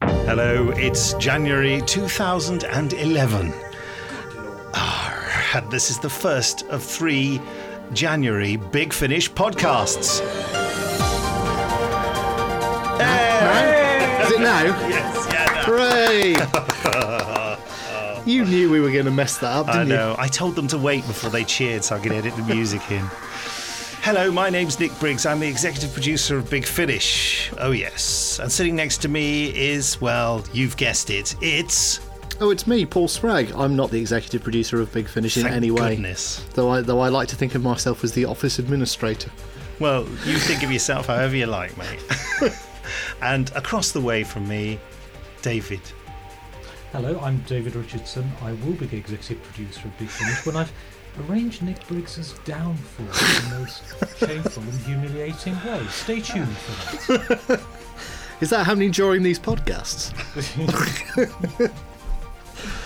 Hello, it's January 2011. Ah, and this is the first of three January Big Finish podcasts. No? Is it now? Yes, yeah, Hooray! you knew we were going to mess that up, I didn't you? know. I told them to wait before they cheered so I could edit the music in. Hello, my name's Nick Briggs. I'm the executive producer of Big Finish. Oh, yes. And sitting next to me is, well, you've guessed it. It's. Oh, it's me, Paul Sprague. I'm not the executive producer of Big Finish in Thank any way. goodness. Though I, though I like to think of myself as the office administrator. Well, you think of yourself however you like, mate. and across the way from me, David. Hello, I'm David Richardson. I will be the executive producer of Big Finish when I've arranged Nick Briggs's downfall in the most shameful and humiliating way. Stay tuned for that. Is that happening during these podcasts?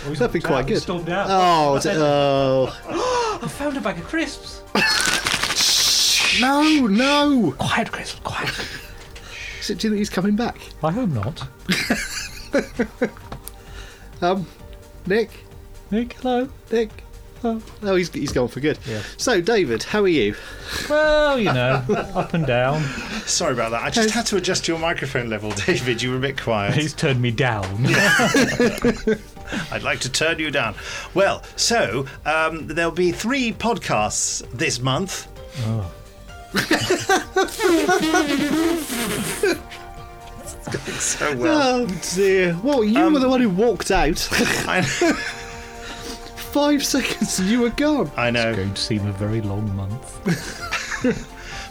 Oh, he's That'd be walked quite out, good. he's stormed out. Oh, is it- oh. I found a bag of crisps. No, no! Quiet, Chris, quiet. Is it, do you think he's coming back? I hope not. Um, Nick? Nick, hello. Nick? Oh, Oh, he's, he's gone for good. Yeah. So, David, how are you? well, you know, up and down. Sorry about that. I just had to adjust your microphone level, David. You were a bit quiet. He's turned me down. I'd like to turn you down. Well, so um, there'll be three podcasts this month. Oh, so well. Oh, dear. Um, Well, you were the one who walked out. I, Five seconds and you were gone. I know. Going to seem a very long month.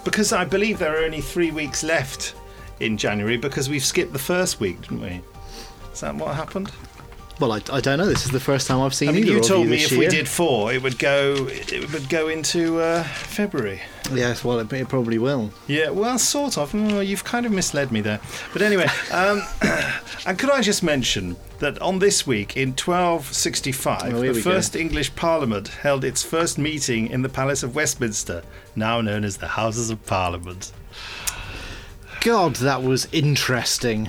Because I believe there are only three weeks left in January because we've skipped the first week, didn't we? Is that what happened? Well, I, I don't know. This is the first time I've seen I mean, either you of told you me this if year. we did four, it would go. It would go into uh, February. Yes, well, it, it probably will. Yeah, well, sort of. Mm, you've kind of misled me there. But anyway, um, and could I just mention that on this week in 1265, Oh, here the we go. first English Parliament held its first meeting in the Palace of Westminster, now known as the Houses of Parliament. God, that was interesting.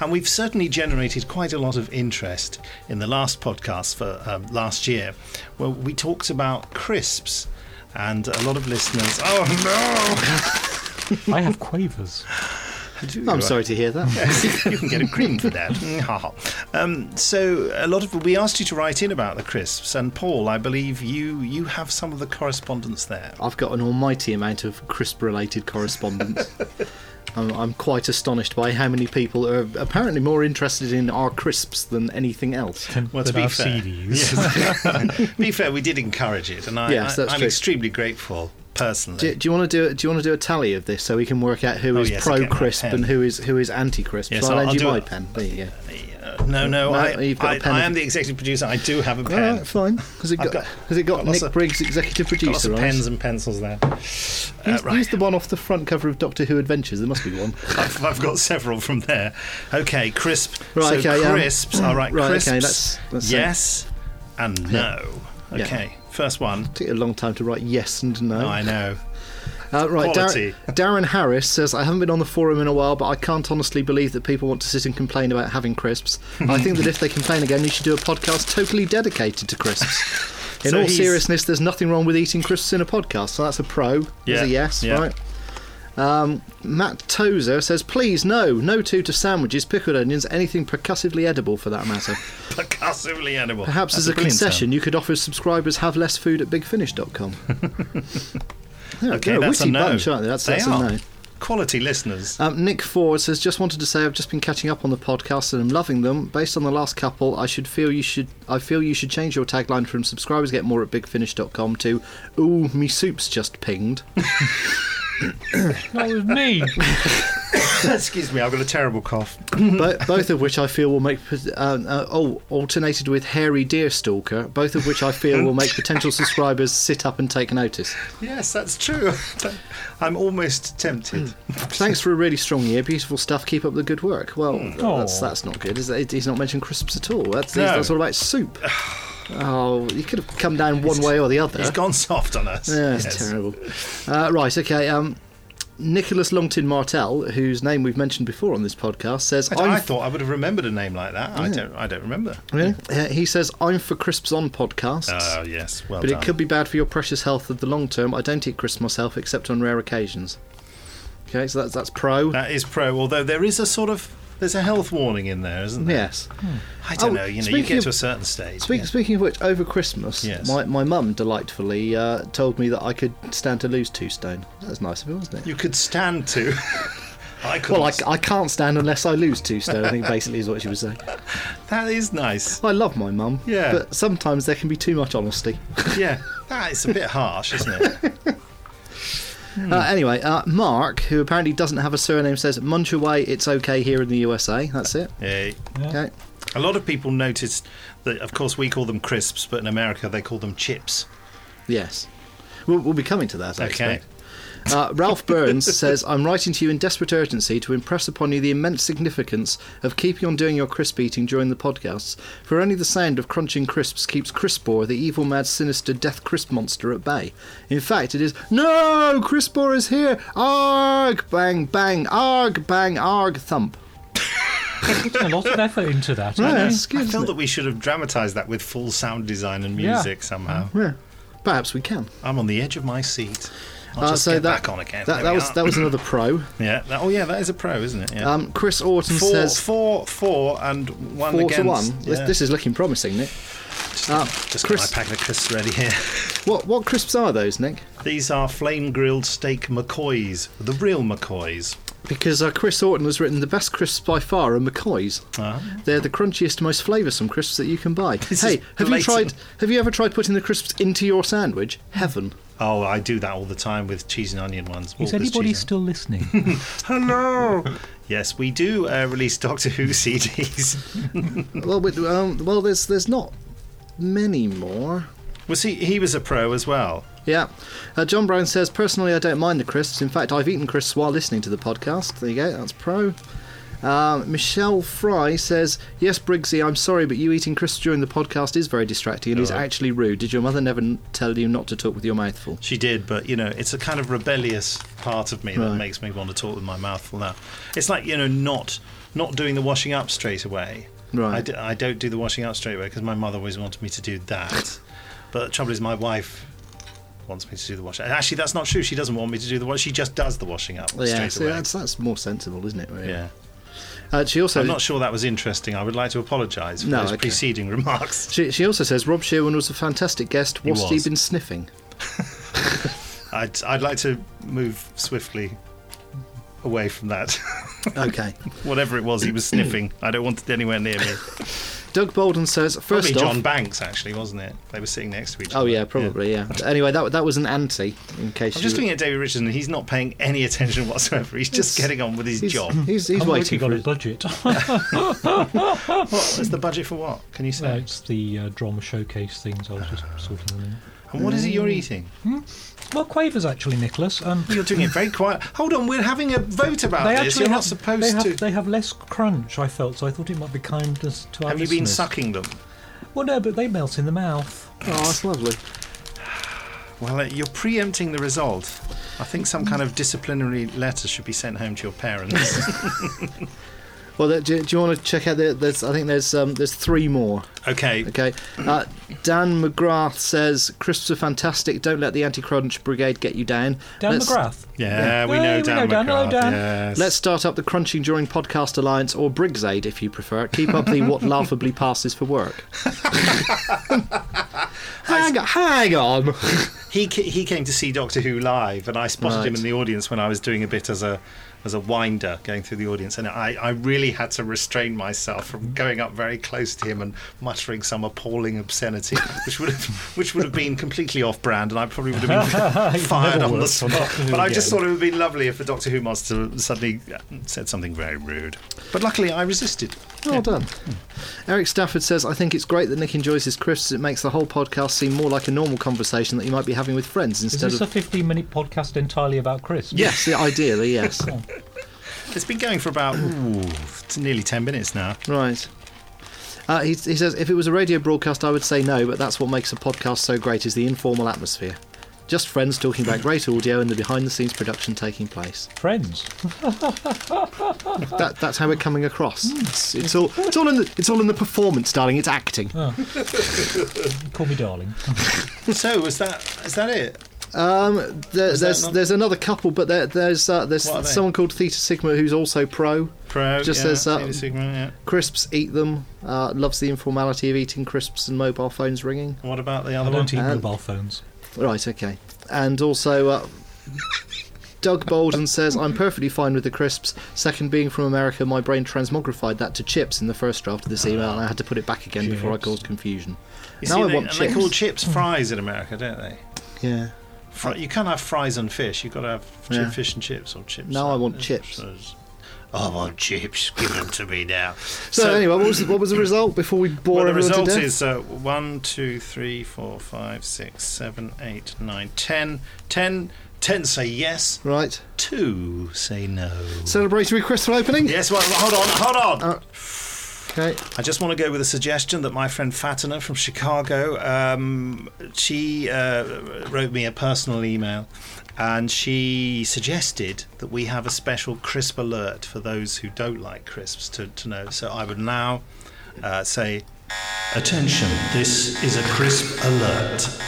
And we've certainly generated quite a lot of interest in the last podcast for um, last year, where we talked about crisps, and a lot of listeners. Oh I have quavers. no! Do I'm you? sorry to hear that. you can get a cream for that. Mm, ha, ha. um, so a lot of we asked you to write in about the crisps, and Paul, I believe you you have some of the correspondence there. I've got an almighty amount of crisp-related correspondence. I'm, I'm quite astonished by how many people are apparently more interested in our crisps than anything else. Well, to Than be our fair, CDs. Yes. be fair, we did encourage it, and I, Yes, that's I, am true. extremely grateful personally. Do, do you want to do? Do you want to do a tally of this so we can work out who Oh, is yes, I'll pro get my crisp pen. and who is who is anti crisp? Yes, so I'll, I'll- lend I'll you do my it. pen. There you go. Uh, no, no, No, I, you've got I, a pen. I am the executive producer. I do have a All pen. right, fine. Has it I've got- got, has it got, got lots Nick of- Briggs, executive Got Lots producer? of on it? pens and pencils there. Uh, Use, use the one off the front cover of Doctor Who Adventures. There must be one. I've, I've got several from there. Okay, crisp. Right, so okay, um, crisps. all right, right, crisps. okay, let's- let's see. yes and no. Yeah. Okay, first one. Took you a long time to write yes and Oh, no. I know. uh, right, Dar- Quality. Darren Harris says, I haven't been on the forum in a while, but I can't honestly believe that people want to sit and complain about having crisps. I think that if they complain again, you should do a podcast totally dedicated to crisps. In So all he's- seriousness, there's nothing wrong with eating crisps in a podcast, so that's a pro. There's Yeah, a yes, yeah. right? Um, Matt Tozer says, please, no, no two to sandwiches, pickled onions, anything percussively edible for that matter. Percussively animal. Perhaps That's as a, brilliant concession, you could offer subscribers have less food at bigfinish.com. there we Okay, go. that's a witty no. bunch, aren't they? That's, They that's are. a no. term. Quality listeners. Um, Nick Ford says, just wanted to say I've just been catching up on the podcast and I'm loving them. Based on the last couple, I should feel you should I feel you should change your tagline from subscribers get more at bigfinish.com to ooh me soup's just pinged. That was me. Ah. Excuse me, I've got a terrible cough. Bo- both of which I feel will make pot- uh, uh, oh alternated with hairy deer stalker. Both of which I feel will make potential subscribers sit up and take notice. Yes, that's true. I'm almost tempted. Hmm. Thanks for a really strong year. Beautiful stuff. Keep up the good work. Well, Hmm. that's Aw. that's not good. Is that, he's not mentioned crisps at all. That's, Oh. No. that's all about soup. Oh, you could have come down one way or the other. He's gone soft on us. Yeah, it's Yes. terrible. Uh, right, okay. Um, Nicholas Longton Martel, whose name we've mentioned before on this podcast, says, I, don't- I "I'm thought I would have remembered a name like that. I don't. I don't remember. Really? Uh, he says, I'm for crisps on podcasts. Oh yes, well but done. it could be bad for your precious health of the long term. I don't eat crisps myself except on rare occasions. Okay, so that's, that's pro. That is pro. Although there is a sort of there's a health warning in there, isn't there? yes. I don't Oh, know. You know, you speaking get of- to a certain stage. Speak, yeah. Speaking of which, over Christmas, Yes. my, my mum delightfully uh, told me that I could stand to lose two stone. That was nice of her, wasn't it? You could stand to. I could. Well, I, I can't stand unless I lose two stone, I think basically is what she was saying. that is nice. I love my mum, Yeah. but sometimes there can be too much honesty. Yeah, that is a bit harsh, isn't it? Hmm. Uh, anyway, uh, Mark, who apparently doesn't have a surname, says, Munch away, it's okay here in the USA. That's it. Yeah. Yeah. Okay. A lot of people noticed that, of course, we call them crisps, but in America they call them chips. Yes. We'll, we'll be coming to that, I Okay. expect. Uh, Ralph Burns says, I'm writing to you in desperate urgency to impress upon you the immense significance of keeping on doing your crisp eating during the podcasts, for only the sound of crunching crisps keeps Crispor, the evil, mad, sinister death crisp monster, at bay. In fact, it is, No! Crispor is here! Arg! Bang! Bang! Arg! Bang! Arg! Thump. Putting a lot of effort into that. aren't Yeah, you? it's good, I isn't felt it? that we should have dramatised that with full sound design and Yeah. music somehow. Yeah. Perhaps we can. I'm on the edge of my seat. I'll Uh, just so get that- back on again. That, There that we was are. that was another pro. yeah. that- oh yeah, that is a pro, isn't it? Yeah. Um, Chris Orton four, says four, four, and one four against. to one. This, Yeah. this is looking promising, Nick. Uh, Just Chris, got my packet of crisps ready here. what what crisps are those, Nick? These are flame grilled steak McCoys, the real McCoys. Because uh, Chris Orton has written the best crisps by far are McCoy's. Ah. They're the crunchiest, most flavoursome crisps that you can buy. This hey, is have you blatant. tried? Have you ever tried putting the crisps into your sandwich? Heaven. Oh, I do that all the time with cheese and onion ones. Is Walker's cheese anybody and- still listening? Hello. yes, we do uh, release Doctor Who CDs. Mm. well, but, um, well, there's there's not many more. well, see, he was a pro as well. Yeah. Uh, John Brown says, personally, I don't mind the crisps. In fact, I've eaten crisps while listening to the podcast. There you go, that's pro. Um, Michelle Fry says, yes, Briggsy, I'm sorry, but you eating crisps during the podcast is very distracting and is Alright. actually rude. Did your mother never n- tell you not to talk with your mouth full? She did, but you know, it's a kind of rebellious part of me that Right. makes me want to talk with my mouth full now. It's like you know, not not doing the washing up straight away. Right. I, d- I don't do the washing up straight away because my mother always wanted me to do that. but the trouble is, my wife wants me to do the washing. Actually, that's not true. She doesn't want me to do the wash. She just does the washing up Yeah, straight see, away. that's, that's more sensible, isn't it, really? yeah. Uh, she also I'm not sure that was interesting. I would like to apologise for No, those okay. preceding remarks. she, she also says, Rob Sherwin was a fantastic guest. What's he was. been sniffing? I'd, I'd like to move swiftly away from that. okay. Whatever it was he was sniffing, I don't want it anywhere near me. Doug Bolden says, Probably first off... John Banks, actually, wasn't it? They were sitting next to each other. Oh yeah, probably yeah. Anyway, that that was an anti. In case I'm you just were- looking at David Richardson. He's not paying any attention whatsoever. He's just Yes. getting on with his he's, job. He's, he's I've already waiting got for a it. budget. What is the budget for what? Can you No, say? it's the uh, drama showcase things. I was just Ah. sorting them out. And what is it Mm. you're eating? Well, quavers actually, Nicholas. Um, You're doing it very quiet. Hold on, we're having a vote Ah, about they this. actually You're have, not supposed they have, to. They have less crunch, I felt, so I thought it might be kindness to our have you been listeners. sucking them? Well, no, but they melt in the mouth. Oh, that's lovely. Well, uh, you're preempting the result. I think some kind of disciplinary letter should be sent home to your parents. Well, that, do, do you want to check out? The, there's, I think there's um, there's three more. okay. Okay, uh, Dan McGrath says crisps are fantastic. Don't let the anti-crunch brigade get you down. Dan let's, McGrath. Yeah, we Yay, know we Dan know Dan, hello, McGrath, Dan. yes. Let's start up the crunching during podcast alliance or Briggs Aid if you prefer. Keep up the what laughably passes for work. hang, hang on. He ca- he came to see Doctor Who live, and I spotted him Right. in the audience when I was doing a bit as a as a winder going through the audience, and I, I really had to restrain myself from going up very close to him and muttering some appalling obscenity, which would have which would have been completely off brand, and I probably would have been fired Never on the worked spot. on Doctor Who But I just again. thought it would be lovely if a Doctor Who monster suddenly uh, said something very rude. But luckily, I resisted. Well done. Eric Stafford says, I think it's great that Nick enjoys his crisps. It makes the whole podcast seem more like a normal conversation that you might be having with friends Is instead this of. a 15 minute podcast entirely about Chris? yes, yeah, ideally, yes. It's been going for about ooh, it's nearly ten minutes now. right. Uh, he, he says, if it was a radio broadcast, I would say no, but that's what makes a podcast so great is the informal atmosphere. Just friends talking about great audio and the behind the scenes production taking place. Friends. That, that's how we're coming across. Hmm. It's, it's, all, it's, all in the, it's all in the performance, darling. It's acting. Call me darling. So is that is that it? Um, There, that there's not- there's another couple, but there, there's uh, there's What are they? someone called Theta Sigma who's also pro. Pro Just yeah, says that- Theta Sigma, yeah. Crisps eat them. Uh, loves the informality of eating crisps and mobile phones ringing. What about the I other one? don't eat And- mobile phones. Right, okay. And also, uh, Doug Bolden says, I'm perfectly fine with the crisps. Second being from America, my brain transmogrified that to chips in the first draft of this email, and I had to put it back again before I Chips. caused confusion. You now see, I they, want and chips. Hmm. they call chips fries in America, don't they? yeah. Fri you can't have fries and fish. You've got to have chi- Yeah. fish and chips or chips. Now I want It's- chips. it's- I want chips. Give them to me now. So, anyway, what was, what was the result before we bore well, the everyone result to death? is uh, 1, 2, 3, 4, 5, 6, 7, 8, 9, 10. 10, 10 say yes, Right. 2 say no. Celebratory crystal opening? Uh, Yes, well, hold on, hold on. Okay. I just want to go with a suggestion that my friend Fatina from Chicago, um, she uh, wrote me a personal email, and she suggested that we have a special crisp alert for those who don't like crisps to, to know. So I would now uh, say, attention, this is a crisp alert.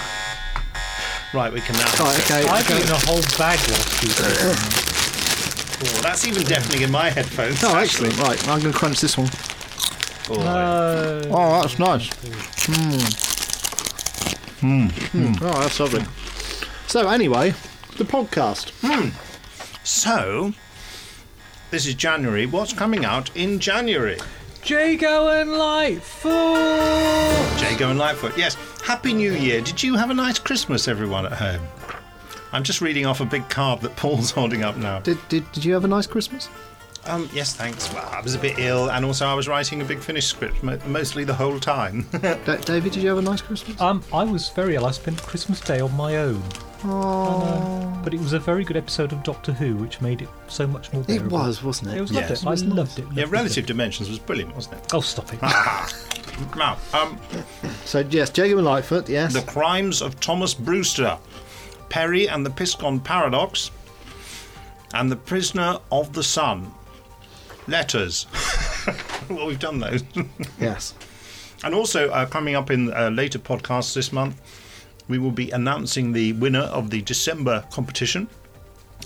Right, we can now. Right, Oh, okay. I've okay. eaten a whole bag last week. Oh, that's even deafening in my headphones. Oh, excellent. Right, I'm going to crunch this one. Oh, Uh, No. Oh, that's nice. Mmm. Hmm. Mmm. Oh, that's lovely. So, anyway, the podcast. So, this is January. What's coming out in January? Jago and Lightfoot! Jago and Lightfoot. Yes. Happy New Year. Did you have a nice Christmas, everyone at home? I'm just reading off a big card that Paul's holding up now. Did, did, did you have a nice Christmas? Um, yes, thanks. Well, I was a bit ill, and also I was writing a big Finnish script mo- mostly the whole time. Da- David, did you have a nice Christmas? Um, I was very ill. I spent Christmas Day on my own. Oh, But it was a very good episode of Doctor Who, which made it so much more it bearable. was, wasn't it? It was Yes. loved it. I It was loved it. loved yeah, it, Relative loved Dimensions was brilliant, wasn't it. Oh, stop it. it? Now, um, So yes, Jacob and Lightfoot. Yes. The Crimes of Thomas Brewster, Perry and the Piscon Paradox, and The Prisoner of the Sun. Letters. well, we've done those. Yes. And also, uh, coming up in uh, later podcasts this month, we will be announcing the winner of the December competition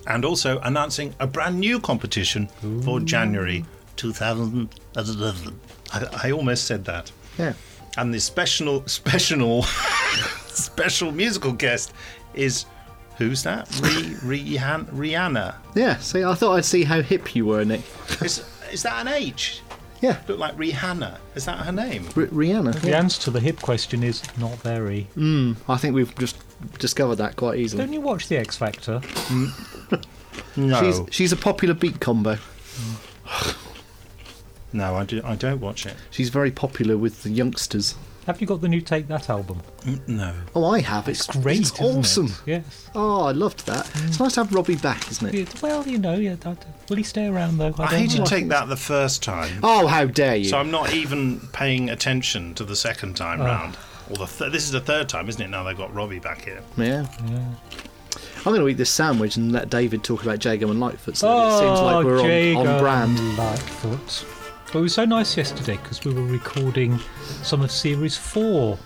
and also announcing a brand new competition for January 2011. I, I almost said that. Yeah. And the special, special, special musical guest is who's that? Re, Rihan, Rihanna. Yeah. See, I thought I'd see how hip you were, Nick. Is, is that an H? Yeah. Look like Rihanna. Is that her name? R- Rihanna. The answer to the hip question is not very. Mm. I think we've just discovered that quite easily. Don't you watch The X Factor? No. She's she's a popular beat combo. No, I, do, I don't watch it. She's very popular with the youngsters. Have you got the new Take That album? Mm, No. Oh, I have. It's Great, It's isn't it? awesome. Yes. Oh, I loved that. It's nice to have Robbie back, isn't it? Yeah, Well, you know, yeah. That, will he stay around though? I, I don't hated know. take that the first time, Oh, how dare you! so I'm not even paying attention to the second time round. Or the th- this is the third time, isn't it? Now they've got Robbie back here. yeah. I'm going to eat this sandwich and let David talk about Jago and Lightfoot. So Oh, it seems like we're on, on Jago brand. Lightfoot. Well, it was so nice yesterday because we were recording some of series four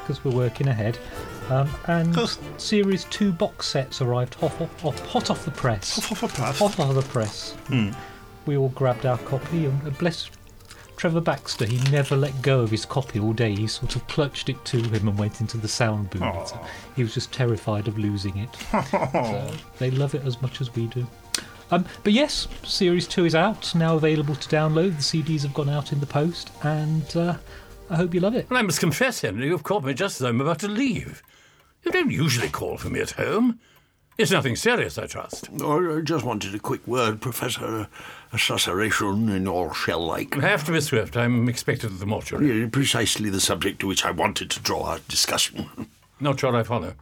because we're working ahead. Um, and Course. series two box sets arrived hot off, off, hot off the press. Oh, Hot off the press. We all grabbed our copy and uh, bless Trevor Baxter. He never let go of his copy all day. He sort of clutched it to him and went into the sound booth. Aw. He was just terrified of losing it. So they love it as much as we do. Um, but yes, Series 2 is out, now available to download. The CDs have gone out in the post, and uh, I hope you love it. And I must confess, Henry, you've called me just as I'm about to leave. You don't usually call for me at home. It's nothing serious, I trust. I I just wanted a quick word, Professor. A susurration in your shell like. I have to be swift. I'm expected at the mortuary. Precisely the subject to which I wanted to draw our discussion. Not sure I follow.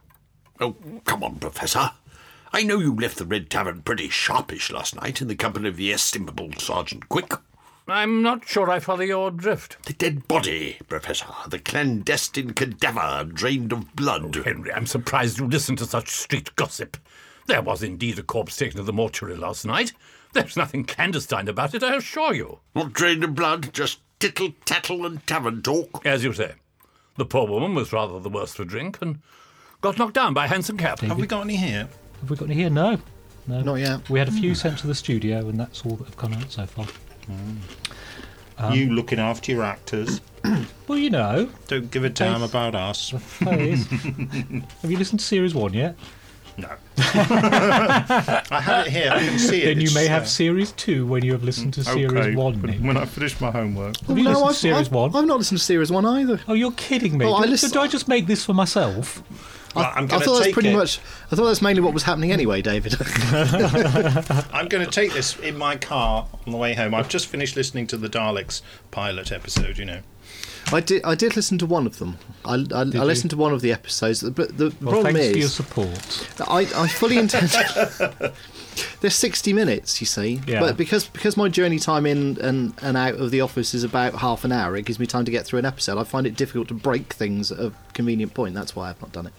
Oh, come on, Professor. I know you left the Red Tavern pretty sharpish last night in the company of the estimable Sergeant Quick. I'm not sure I follow your drift. The dead body, Professor. The clandestine cadaver drained of blood. Henry, I'm surprised you listen to such street gossip. There was indeed a corpse taken to the mortuary last night. There's nothing clandestine about it, I assure you. Not drained of blood, just tittle tattle and tavern talk. As you say, the poor woman was rather the worse for drink and got knocked down by a hansom cab. Have we got any here? Have we got any here? No. No. Not yet. We had a few sent to the studio, and that's all that have come out so far. you looking after your actors. Well, you know, Don't give a damn Thanks. about us. there it is. have you listened to series one yet? No. I had it here. I can see it. then you It's uh, may have there. series two when you have listened to series Okay, one. but Nick. When I finish my homework. Have you listened I've, to series I've, one? I've not listened to series one either. Oh, you're kidding me! Oh, I Did- listen- Did I just make this for myself? Well, I'm I going thought to that's take pretty it. much. I thought that's mainly what was happening anyway, David. I'm going to take this in my car on the way home. I've just finished listening to the Daleks pilot episode. You know. I did. I did listen to one of them. I, I, I listened to one of the episodes. But the Well, problem thanks for your is, support. that I, I fully intend. They're sixty minutes, you see. Yeah. But because because my journey time in and, and out of the office is about half an hour, it gives me time to get through an episode. I find it difficult to break things at a convenient point. That's why I've not done it.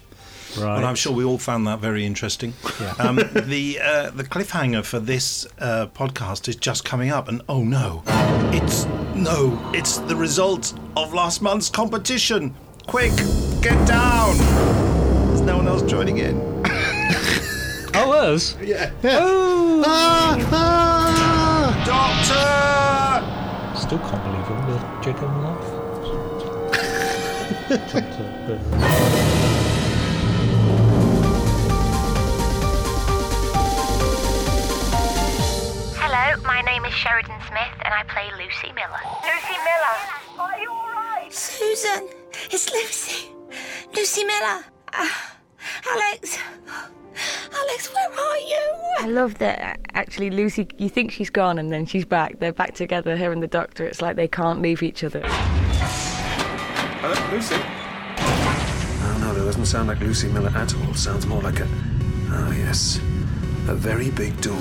Well, I'm Right. sure we all found that very interesting. Um, the uh, the cliffhanger for this uh, podcast is just coming up, and oh no, it's no, it's the result of last month's competition. Quick, get down. There's no one else joining in. Oh, us? Oh! Ah, ah! Doctor. Still can't believe all the Jacob and laugh. Jump to- Hello, my name is Sheridan Smith and I play Lucy Miller. Lucy Miller, are you alright? Susan, it's Lucy. Lucy Miller. Ah, Alex. Alex, where are you? I love that uh, actually Lucy, you think she's gone and then she's back. They're back together, her and the doctor. It's like they can't leave each other. Oh no, that doesn't sound like Lucy Miller at all. Sounds more like a. Oh yes. A very big door.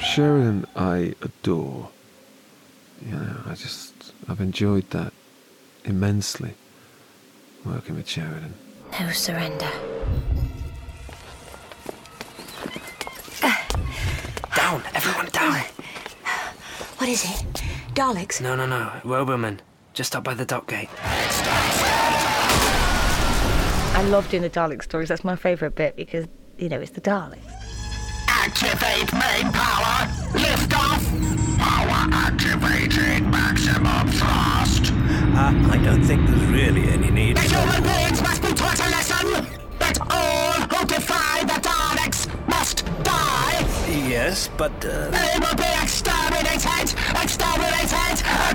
Sheridan, I adore. You know, I just. I've enjoyed that immensely. Working with Sheridan. No surrender. Down, everyone down. What is it? Daleks? No, no, no. Roboman. Just up by the dock gate. I love doing the Dalek stories. That's my favourite bit because, you know, it's the Daleks. Activate main power. Lift off. Power activated. Maximum thrust. Ah, I don't think there's really any need. The human beings must be taught a lesson that all who defy the Daleks must die. Yes, but. Uh... They will be exterminated. Exterminated.